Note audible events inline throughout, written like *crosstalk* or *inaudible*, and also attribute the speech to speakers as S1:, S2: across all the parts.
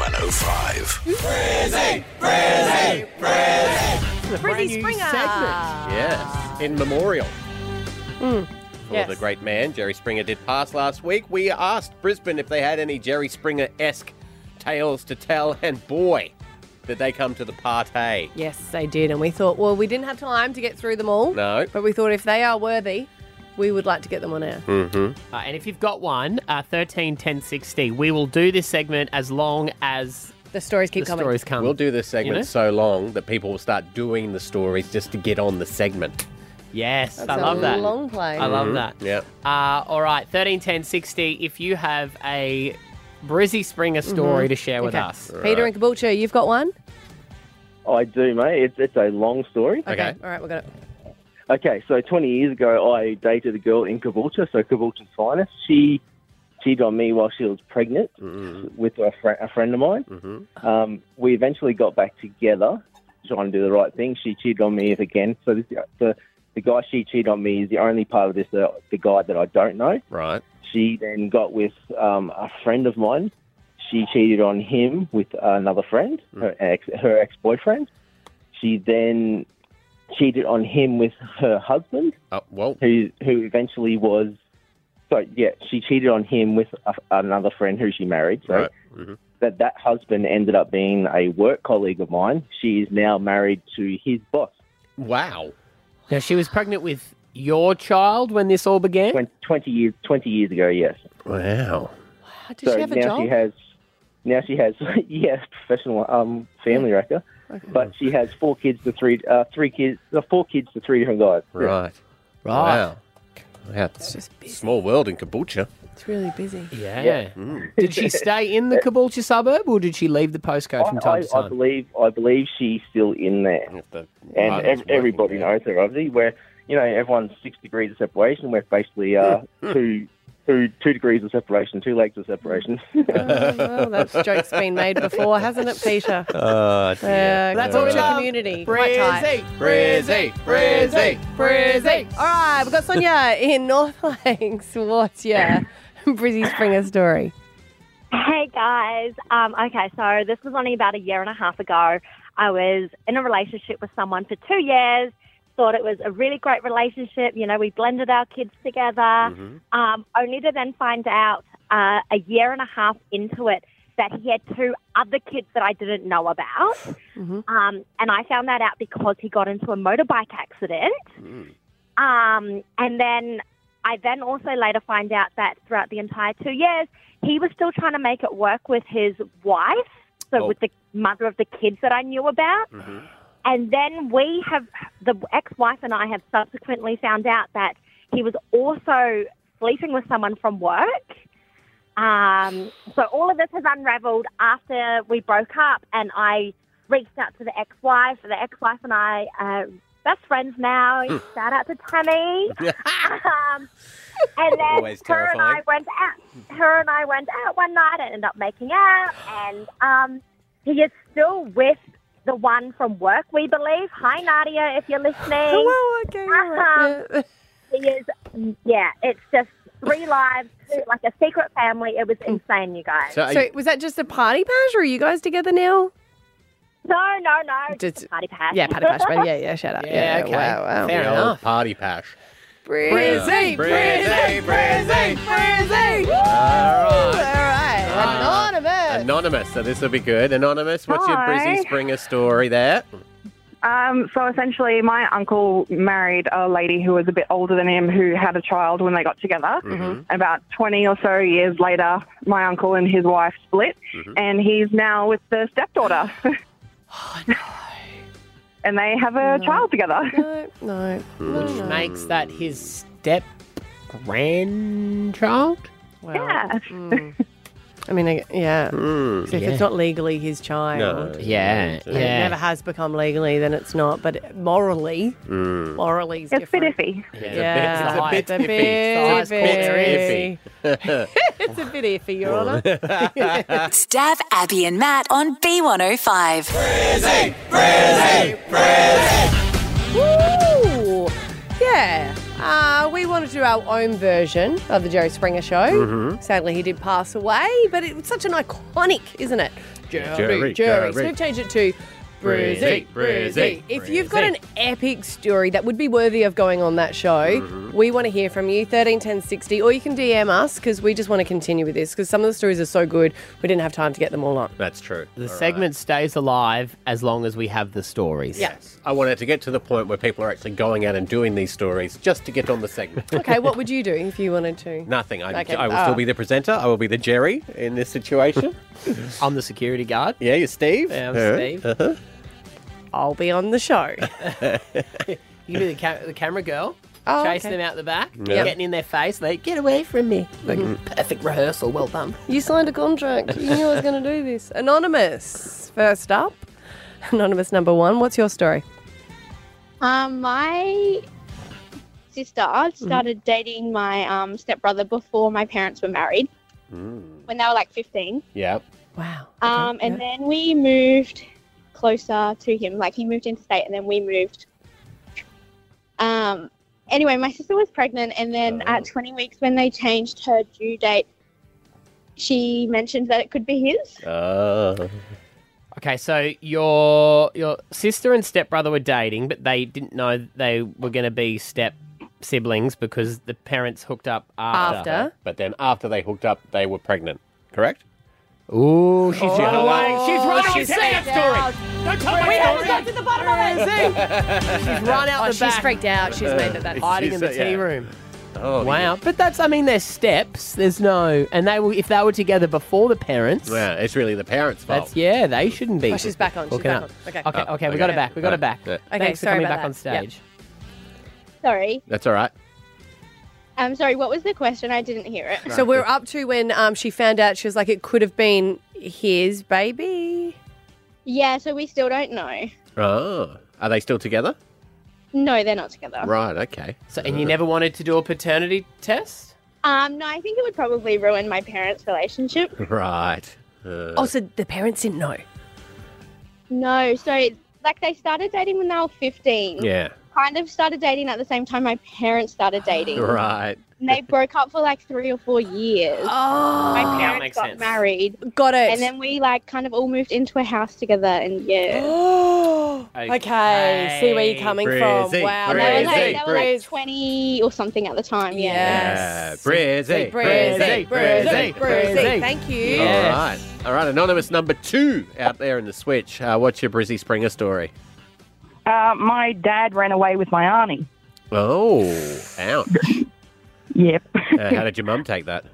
S1: 105.
S2: The
S3: Britney Springer.
S2: Yes, in memorial for
S3: Yes.
S2: the great man Jerry Springer did pass last week. We asked Brisbane if they had any Jerry Springer esque tales to tell, and boy, did they come to the party.
S3: Yes, they did. And we thought, well, we didn't have time to get through them all.
S2: No.
S3: But we thought if they are worthy, we would like to get them on air.
S4: Uh, and if you've got one, uh, 13 10 60, we will do this segment as long as
S3: The stories keep
S4: the
S3: coming.
S4: stories come.
S2: We'll do this segment
S4: You know?
S2: so long that people will start doing the stories just to get on the segment.
S4: Yes, I
S3: It's a
S4: love that.
S3: Long play.
S4: I love that.
S2: Yeah.
S4: Uh, all right, 13 10 60, if you have a Brizzy Springer story to share with
S3: Mm-hmm. Okay.
S4: us.
S3: Peter and Caboolture, you've got one?
S5: I do, mate. It's, it's a long story.
S2: Okay.
S3: All right, we got it.
S5: Okay, so 20 years ago, I dated a girl in Caboolture, so Caboolture's finest. She cheated on me while she was pregnant
S2: Mm-hmm,
S5: with a, fr- a friend of mine. Um, we eventually got back together, trying to do the right thing. She cheated on me again. So this, the, the guy she cheated on me is the only part of this, uh, the guy that I don't know.
S2: Right.
S5: She then got with um, a friend of mine. She cheated on him with another friend, her ex, her ex boyfriend. She then cheated on him with her husband,
S2: Oh, well,
S5: who who eventually was. So yeah, she cheated on him with a, another friend who she married. So
S2: right. Mhm.
S5: that that husband ended up being a work colleague of mine. She is now married to his boss.
S2: Mm-hmm. Wow.
S4: Now, she was pregnant with your child when this all began?
S5: Twen- Twenty years twenty years ago, yes.
S2: Wow.
S3: Oh, Did she have a
S5: now
S3: job?
S5: she has now she has *laughs* yeah professional um family wrecker, but she has four kids to three uh three kids uh, four kids to three different guys. Yeah.
S2: Right. Wow. Wow. It's
S3: just busy.
S2: small world in Caboolture.
S3: It's really busy. *laughs*
S4: Yeah. Did she stay in the Caboolture suburb or did she leave the postcode from
S5: I-
S4: time
S5: I,
S4: to
S5: I,
S4: time?
S5: believe I believe she's still in there,
S2: If the
S5: and
S2: mother's
S5: ev-
S2: working
S5: everybody
S2: there.
S5: knows her. Obviously, we're you know everyone's six degrees of separation. We're
S4: *laughs*
S5: basically uh two two two degrees of separation, two legs of separation. *laughs*
S3: Oh, well, that joke's been made before, hasn't it, Peter?
S2: Oh,
S3: Uh,
S4: That's
S3: we're
S4: all
S3: in the
S4: love.
S3: community. Quite tight.
S4: Brizzy, Brizzy, Brizzy, Brizzy.
S3: All right, we've got Sonia in *laughs* North Lakes. What's your *laughs* Brizzy Springer story?
S6: Hey guys. Um, okay, so this was only about a year and a half ago. I was in a relationship with someone for two years. Thought it was a really great relationship. You know, we blended our kids together.
S2: Mm.
S6: Um, only to then find out uh, a year and a half into it that he had two other kids that I didn't know about.
S3: Mm-hmm.
S6: Um, and I found that out because he got into a motorbike accident. Um, and then I then also later find out that throughout the entire two years, he was still trying to make it work with his wife, so
S2: Oh.
S6: with the mother of the kids that I knew about. And then we have, the ex wife and I have subsequently found out that he was also sleeping with someone from work. Um, so all of this has unraveled after we broke up, and I reached out to the ex-wife. The ex-wife and I are best friends now.
S2: Hmm.
S6: Shout out to Tammy. *laughs* um, and then
S2: Always
S6: her and I
S2: terrifying.
S6: went out. Her and I went out one night and ended up making out. And um, he is still with the one from work, we believe. Hi, Nadia, if you're listening.
S3: Well, Oh, okay, all right. Yeah.
S6: He is, yeah, it's just three lives, like a secret family. It was insane, you guys.
S2: So, are
S3: So
S2: you-
S3: was that just a party bash, or are you guys together
S7: *laughs*
S3: now?
S6: no, no, no.
S3: Just-
S6: just party pass.
S3: Yeah, party bash, but yeah, yeah, shout out.
S4: Yeah,
S3: Yeah,
S4: okay.
S3: wow, wow.
S4: Fair
S2: the old
S4: enough.
S2: party pash.
S3: Brizzy,
S2: Brizzy, Brizzy,
S3: Brizzy. All right,
S4: Ah.
S3: anonymous.
S2: Anonymous, so this will be good. Anonymous, what's your Brizzy
S7: Hi.
S2: Springer story there?
S7: Um, so essentially, my uncle married a lady who was a bit older than him who had a child when they got together. And About 20 or so years later, my uncle and his wife split, and he's now with the stepdaughter. *gasps* oh, no. *laughs* and they have a child together.
S3: No, no, no,
S4: Which
S3: no.
S4: makes that his step grandchild?
S3: Wow. Hmm.
S7: Yeah.
S3: I mean, I- yeah.
S2: Mm.
S3: So if
S4: Hmm. Yeah.
S3: it's not legally his child,
S2: No.
S4: Yeah,
S3: and it never
S4: yeah.
S3: has become legally, then it's not. But morally,
S4: Hmm.
S2: Mm.
S3: morally, is
S7: It's a bit
S3: different.
S7: iffy.
S3: Yeah,
S2: It's a bit- it's a bit
S3: iffy.
S4: It's the highest
S3: *laughs* It's a bit iffy, Your Honour.
S8: Stab Abby and Matt on B105.
S3: Woo! Yeah. Uh, we were wanted to do our own version of the Jerry Springer show.
S2: Mm-hmm.
S3: Sadly, he did pass away, but it was such an iconic, isn't it? Jerry,
S2: Jerry,
S3: Jerry. So
S2: Jerry.
S3: we've changed it to Brizzy,
S2: Brizzy, Brizzy,
S3: Brizzy. If you've got an epic story that would be worthy of going on that show,
S2: Mm-hmm.
S3: we want to hear from you. 13 10 60, or you can DM us because we just want to continue with this because some of the stories are so good, we didn't have time to get them all on.
S2: That's true.
S4: The segment stays alive as long as we have the stories.
S3: Yeah.
S2: I wanted to get to the point where people are actually going out and doing these stories just to get on the segment.
S3: *laughs* Okay, what would you do if you wanted to?
S2: Nothing. I,
S3: Okay.
S2: I will still
S3: Oh.
S2: be the presenter. I will be the Jerry in this situation.
S4: I'm the security guard.
S2: yeah, you're Steve.
S4: Yeah, I'm
S2: Uh,
S4: Steve.
S3: I'll be on the *laughs* show.
S4: You can be the, ca- the camera girl,
S3: Oh,
S4: chasing
S3: okay.
S4: them out the back,
S2: Yeah.
S4: getting in their face, like, get away from me. Like, perfect rehearsal, well done.
S3: you signed a contract. You knew I was going to do this. Anonymous, first up. Anonymous number one, what's your story?
S6: Um, my sister started dating my um, stepbrother before my parents were married when they were like 15.
S2: Yeah.
S3: Wow. Okay,
S6: Um, and
S3: yeah.
S6: then we moved closer to him. Like he moved into state and then we moved. Um, anyway, my sister was pregnant. And then
S3: Oh.
S6: at 20 weeks, when they changed her due date, she mentioned that it could be his.
S2: Uh,
S4: Okay, so your your sister and stepbrother were dating, but they didn't know they were going to be step siblings because the parents hooked up after.
S3: After.
S2: but then after they hooked up, they were pregnant. Correct?
S4: Ooh, she's
S2: run away. She's
S3: Oh,
S2: run away.
S4: She's run out.
S3: We haven't got to the bottom of it.
S4: She's run out
S3: Oh, *laughs*
S4: the
S3: she's
S4: back,
S3: freaked out. She's made it that.
S4: hiding
S2: She's,
S4: in the
S2: uh,
S4: tea
S2: yeah.
S4: room.
S2: Oh,
S4: Wow, but that's I mean they're steps. There's no, and they were if they were together before the parents.
S2: Yeah, it's really the parents' fault.
S4: That's yeah, they shouldn't be.
S3: Oh, she's back on, she's
S4: hooking
S3: back on.
S4: up.
S3: Okay.
S4: okay, Oh. okay,
S2: Oh,
S4: we got
S2: okay.
S4: it back. We got it back.
S2: Yeah.
S3: Okay,
S4: Thanks for
S3: sorry
S4: coming
S3: about
S4: back on
S3: that. Yeah.
S4: stage.
S6: Sorry.
S2: That's all right.
S6: I'm sorry, what was the question? I didn't hear
S3: *laughs*
S6: it.
S3: So we're up to when um, she found out she was like, it could have been his baby.
S6: Yeah, so we still don't know.
S2: Oh, are they still together?
S6: No, they're not together.
S2: Right. Okay. *laughs*
S4: So, and you never wanted to do a paternity test?
S3: *gasps*
S6: Um, no, I think it would probably ruin my
S3: *laughs*
S6: parents' relationship.
S2: Right. Uh,
S3: Oh, so the parents didn't know.
S6: No, so like they started dating when they were
S2: *laughs*
S6: 15.
S2: yeah.
S6: Kind of started dating at the same time my parents started dating.
S2: Right.
S6: And they broke up for like three or four years.
S3: Oh,
S6: my
S4: that
S6: parents
S4: makes
S6: got
S4: sense.
S6: married.
S3: got it.
S6: And then we like kind of all moved into a house together and yeah.
S3: Oh, okay. See where you're coming
S2: Breezy,
S3: from. Wow.
S6: They were,
S2: Crazy,
S6: like, they were like
S3: Breezy.
S6: 20 or something at the time, yeah.
S2: Yeah.
S3: Yes.
S2: Breezy.
S3: Breezy, Breezy, Breezy,
S4: Breezy.
S3: Breezy. Thank you.
S4: Yeah.
S2: All right.
S4: Yes.
S2: All right. Anonymous number two out there in the switch. Uh, what's your Brizzy Springer story?
S7: Uh, my dad ran away with my auntie.
S2: Oh, *laughs* ouch.
S7: *laughs* Yep.
S2: Uh, how did your mum take that?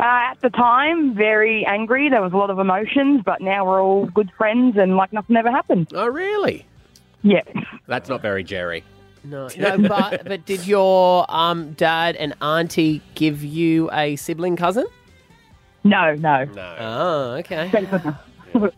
S7: Uh, at the time, very angry. There was a lot of emotions, but now we're all good friends and like nothing ever happened.
S2: Oh, really?
S7: Yeah.
S2: That's not very Jerry.
S4: No, no, but but did your um dad and auntie give you a sibling cousin?
S7: *laughs* No, no.
S2: No.
S4: Oh, okay.
S7: Thank goodness.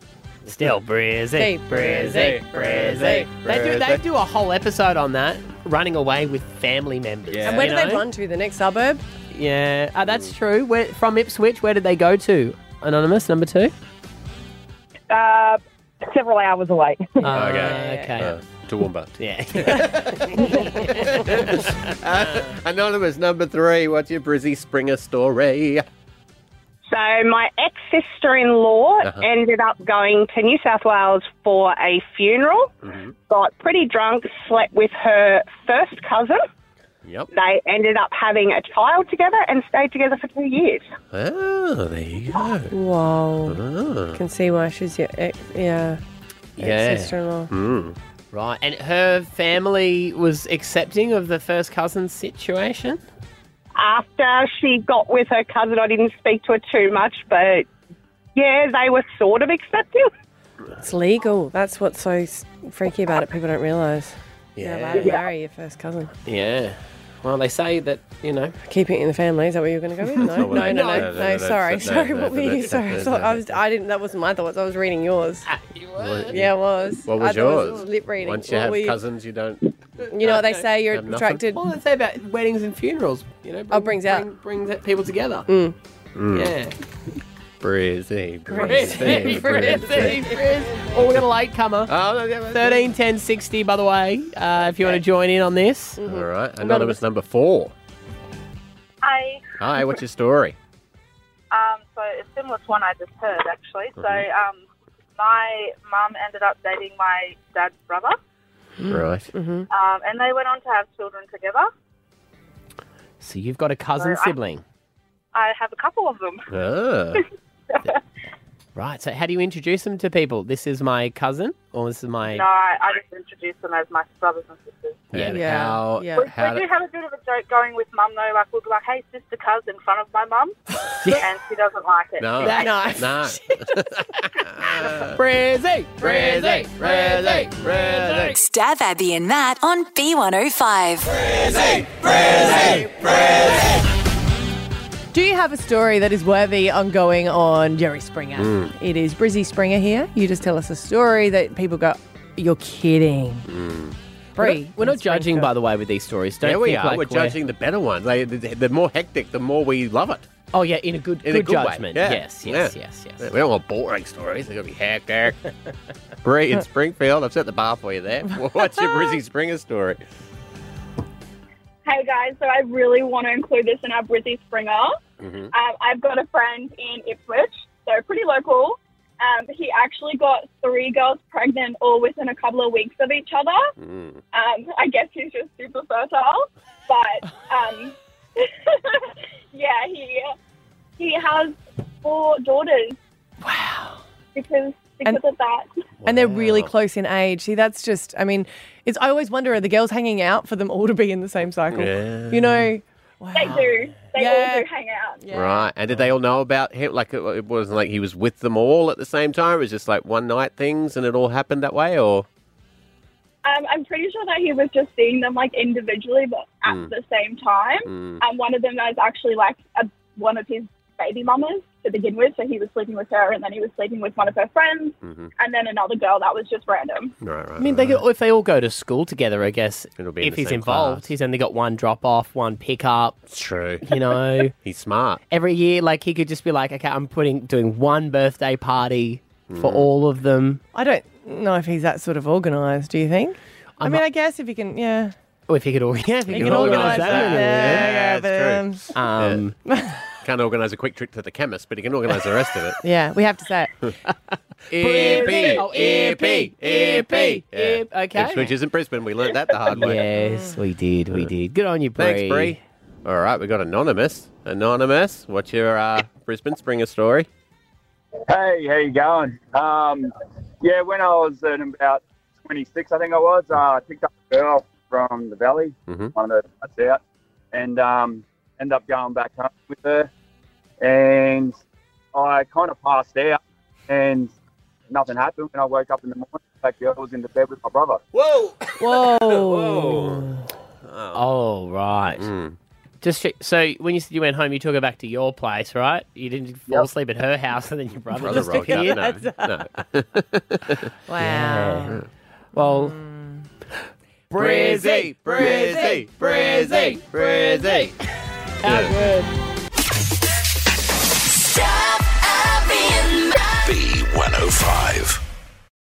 S4: Still breezy,
S3: Hey,
S4: breezy,
S2: breezy,
S4: breezy. They do they do a whole episode on that, running away with family members.
S2: Yeah.
S3: And where
S4: you
S3: did they
S4: know?
S3: run to? The next suburb?
S4: Yeah, uh, that's true. Where from Ipswich? Where did they go to? Anonymous number two.
S7: Uh, several hours away.
S2: *laughs*
S4: Ah,
S2: Okay.
S4: okay.
S2: Uh, Toowoomba. *laughs*
S4: yeah.
S2: Uh, anonymous number three. What's your Brizzy Springer story?
S9: So my ex sister in law
S2: Uh-huh.
S9: ended up going to New South Wales for a funeral.
S2: Mhm.
S9: Got pretty drunk, slept with her first cousin.
S2: Yep.
S9: They ended up having a child together and stayed together for two years.
S2: Oh, there you go.
S3: Whoa.
S2: Oh.
S3: Can see why she's your ex, yeah, sister in law.
S2: Mm.
S4: Right, and her family was accepting of the first cousin situation.
S9: After she got with her cousin, I didn't speak to her too much, but yeah, they were sort of accepting.
S3: It's legal. That's what's so s- freaky about it. People don't realise. Yeah,
S2: Yeah.
S3: why marry your first cousin?
S4: Yeah. Well, they say that you know.
S3: Keeping it in the family. Is that what you were going to go with? No,
S2: not
S3: no,
S2: what I-
S3: no,
S2: no,
S3: no,
S2: no,
S3: no,
S2: no, that's-
S3: Sorry,
S2: no,
S3: sorry.
S2: no,
S3: what were
S2: no,
S3: you?
S2: that's-
S3: Sorry,
S2: that's-
S3: so- I
S2: that's-
S3: was. I didn't. That wasn't my thoughts. I was reading yours. Yeah, it was.
S2: Ah. What was
S3: I thought it
S2: yours?
S3: lip reading.
S2: Once you
S3: What
S2: have
S3: were
S2: cousins, you don't.
S3: You know what they
S2: *laughs*
S3: say? You're
S2: Have nothing?
S3: attracted.
S4: Well, they say about weddings and funerals. You know,
S3: Oh, brings out- Mm.
S4: bring, brings that people together.
S2: Mm.
S4: Yeah.
S2: Brizzy,
S3: *laughs*
S4: Frizzy,
S2: Brizzy,
S4: frizzy, frizzy. Oh, we got a latecomer.
S2: Oh, no, yeah, well,
S4: 13, 10, 60, by the way, uh, if uh, you want to join in on this.
S2: Mm. All right. Anonymous number four.
S10: Hi.
S2: Hi, what's your story?
S10: Um, so it's similar to one I just heard, actually. So
S2: Mhm.
S10: um, my mum ended up dating my dad's brother,
S3: Mm.
S2: Right.
S3: *laughs*
S10: um, and they went on to have children together.
S4: So you've got a cousin
S10: So I-
S4: sibling.
S10: I have a couple of them.
S4: Ah. right. So how do you introduce them to people? This is my cousin, or this is my.
S10: No, I, I just introduced them as my brothers and sisters.
S4: Yeah.
S3: Yeah.
S4: How?
S3: Yeah.
S10: We,
S4: How
S10: we do
S4: do-
S10: have a bit of a joke going with mum though. Like we'll be like, "Hey, sister, cuz," in front of my mum, and she doesn't like it.
S3: *laughs*
S2: No.
S10: She hates
S3: No.
S10: it.
S2: No.
S3: *laughs*
S4: Brizzy,
S2: Brizzy, Brizzy, Brizzy.
S8: Stab Abby and Matt on B105.
S3: Do you have a story that is worthy on going on Jerry Springer?
S4: Mm.
S3: It is Brizzy Springer here. You just tell us a story that people go, "You're kidding."
S4: We're
S3: Bree,
S4: not, we're not judging, by the way, with these stories. Don't
S2: Yeah, Mm. we
S4: think
S2: are.
S4: like
S2: we're judging the better ones. Like, the, the more hectic, the more we love it.
S4: Oh yeah, in a good,
S2: In
S4: good,
S2: a good way.
S4: judgment.
S2: Yeah.
S4: Yes, yes,
S2: Yeah.
S4: yes, yes.
S2: We don't want boring stories. They're going to be
S4: *laughs*
S2: hectic. Bree in Springfield. I've set the bar for you there. What's your Brizzy Springer story?
S9: Hey guys, so I really want to include this in our Brizzy Springer.
S2: Mm-hmm.
S9: Um, I've got a friend in Ipswich, so pretty local. Um, he actually got three girls pregnant all within a couple of weeks of each other.
S2: Mm.
S9: Um, I guess he's just super fertile, but um, *laughs* yeah, he he has four daughters.
S3: Wow.
S9: Because because
S3: And-
S9: of that.
S3: And they're really
S2: Wow.
S3: close in age. See, that's just, I mean, it's, I always wonder, are the girls hanging out for them all to be in the same cycle?
S2: Yeah.
S3: You know, wow.
S9: They do. They
S3: Yeah.
S9: all do hang out.
S3: Yeah.
S2: Right. And did they all know about him? Like, it, it wasn't like he was with them all at the same time. It was just like one night things and it all happened that way, or?
S9: Um, I'm pretty sure that he was just seeing them like individually, but at
S2: Mm.
S9: the same time.
S2: Mm.
S9: And one of them was actually like a, one of his baby mamas to begin with. So he was sleeping with her, and then he was sleeping with one of her friends,
S2: Mhm.
S9: and then another
S7: Oh,
S9: girl that was just random.
S2: Right, right.
S4: I mean, they go, if they all go to school together, I guess
S2: It'll be in
S4: if
S2: the
S4: he's
S2: same
S4: involved,
S2: class.
S4: he's only got one drop off, one pickup.
S2: It's true. *laughs*
S4: You know,
S2: He's smart.
S4: every year, like he could just be like, okay, I'm putting doing one birthday party for
S2: Mm.
S4: all of them.
S3: I don't know if he's that sort of organised, do you think? i
S4: I'm
S3: mean,
S4: not-
S3: I guess if you can, yeah.
S4: Or if he could, all, yeah, *laughs* if he could organise that.
S3: Yeah, yeah,
S2: Yeah,
S3: but, um,
S2: it's true.
S4: Um,
S2: Can't organise a quick trip to the chemist, but he can organise the rest of it.
S3: yeah, we have to say it.
S2: EP,
S4: Oh,
S2: EP, EP.
S4: EP, okay.
S2: Which isn't Brisbane. We learnt that the hard way.
S4: yes, we did, we did. Good on you, Bree.
S2: Thanks, Bree. All right, we got anonymous. Anonymous, what's your uh, Brisbane Springer story?
S11: Hey, how you going? Um, yeah, when I was at about 26, I think I was, uh, I picked up a girl from the valley,
S2: Mhm.
S11: one of the that's out, and um, ended up going back home with her. And I kind of passed out, and nothing happened. When I woke up in the morning, that girl was in the bed with my brother.
S2: Whoa!
S3: Whoa.
S2: *laughs*
S4: Oh, right.
S2: Mm.
S4: Just sh- so when you said you went home, you took her back to your place, right? You didn't fall asleep at her house, and then your brother,
S2: Brother
S4: just
S2: rocked
S4: appeared.
S2: up. No, no.
S4: *laughs*
S3: Wow.
S4: *laughs* Yeah. Well,
S2: Brizzy, Brizzy, Brizzy, Brizzy.
S8: Stab Abby and Matt.
S12: B105.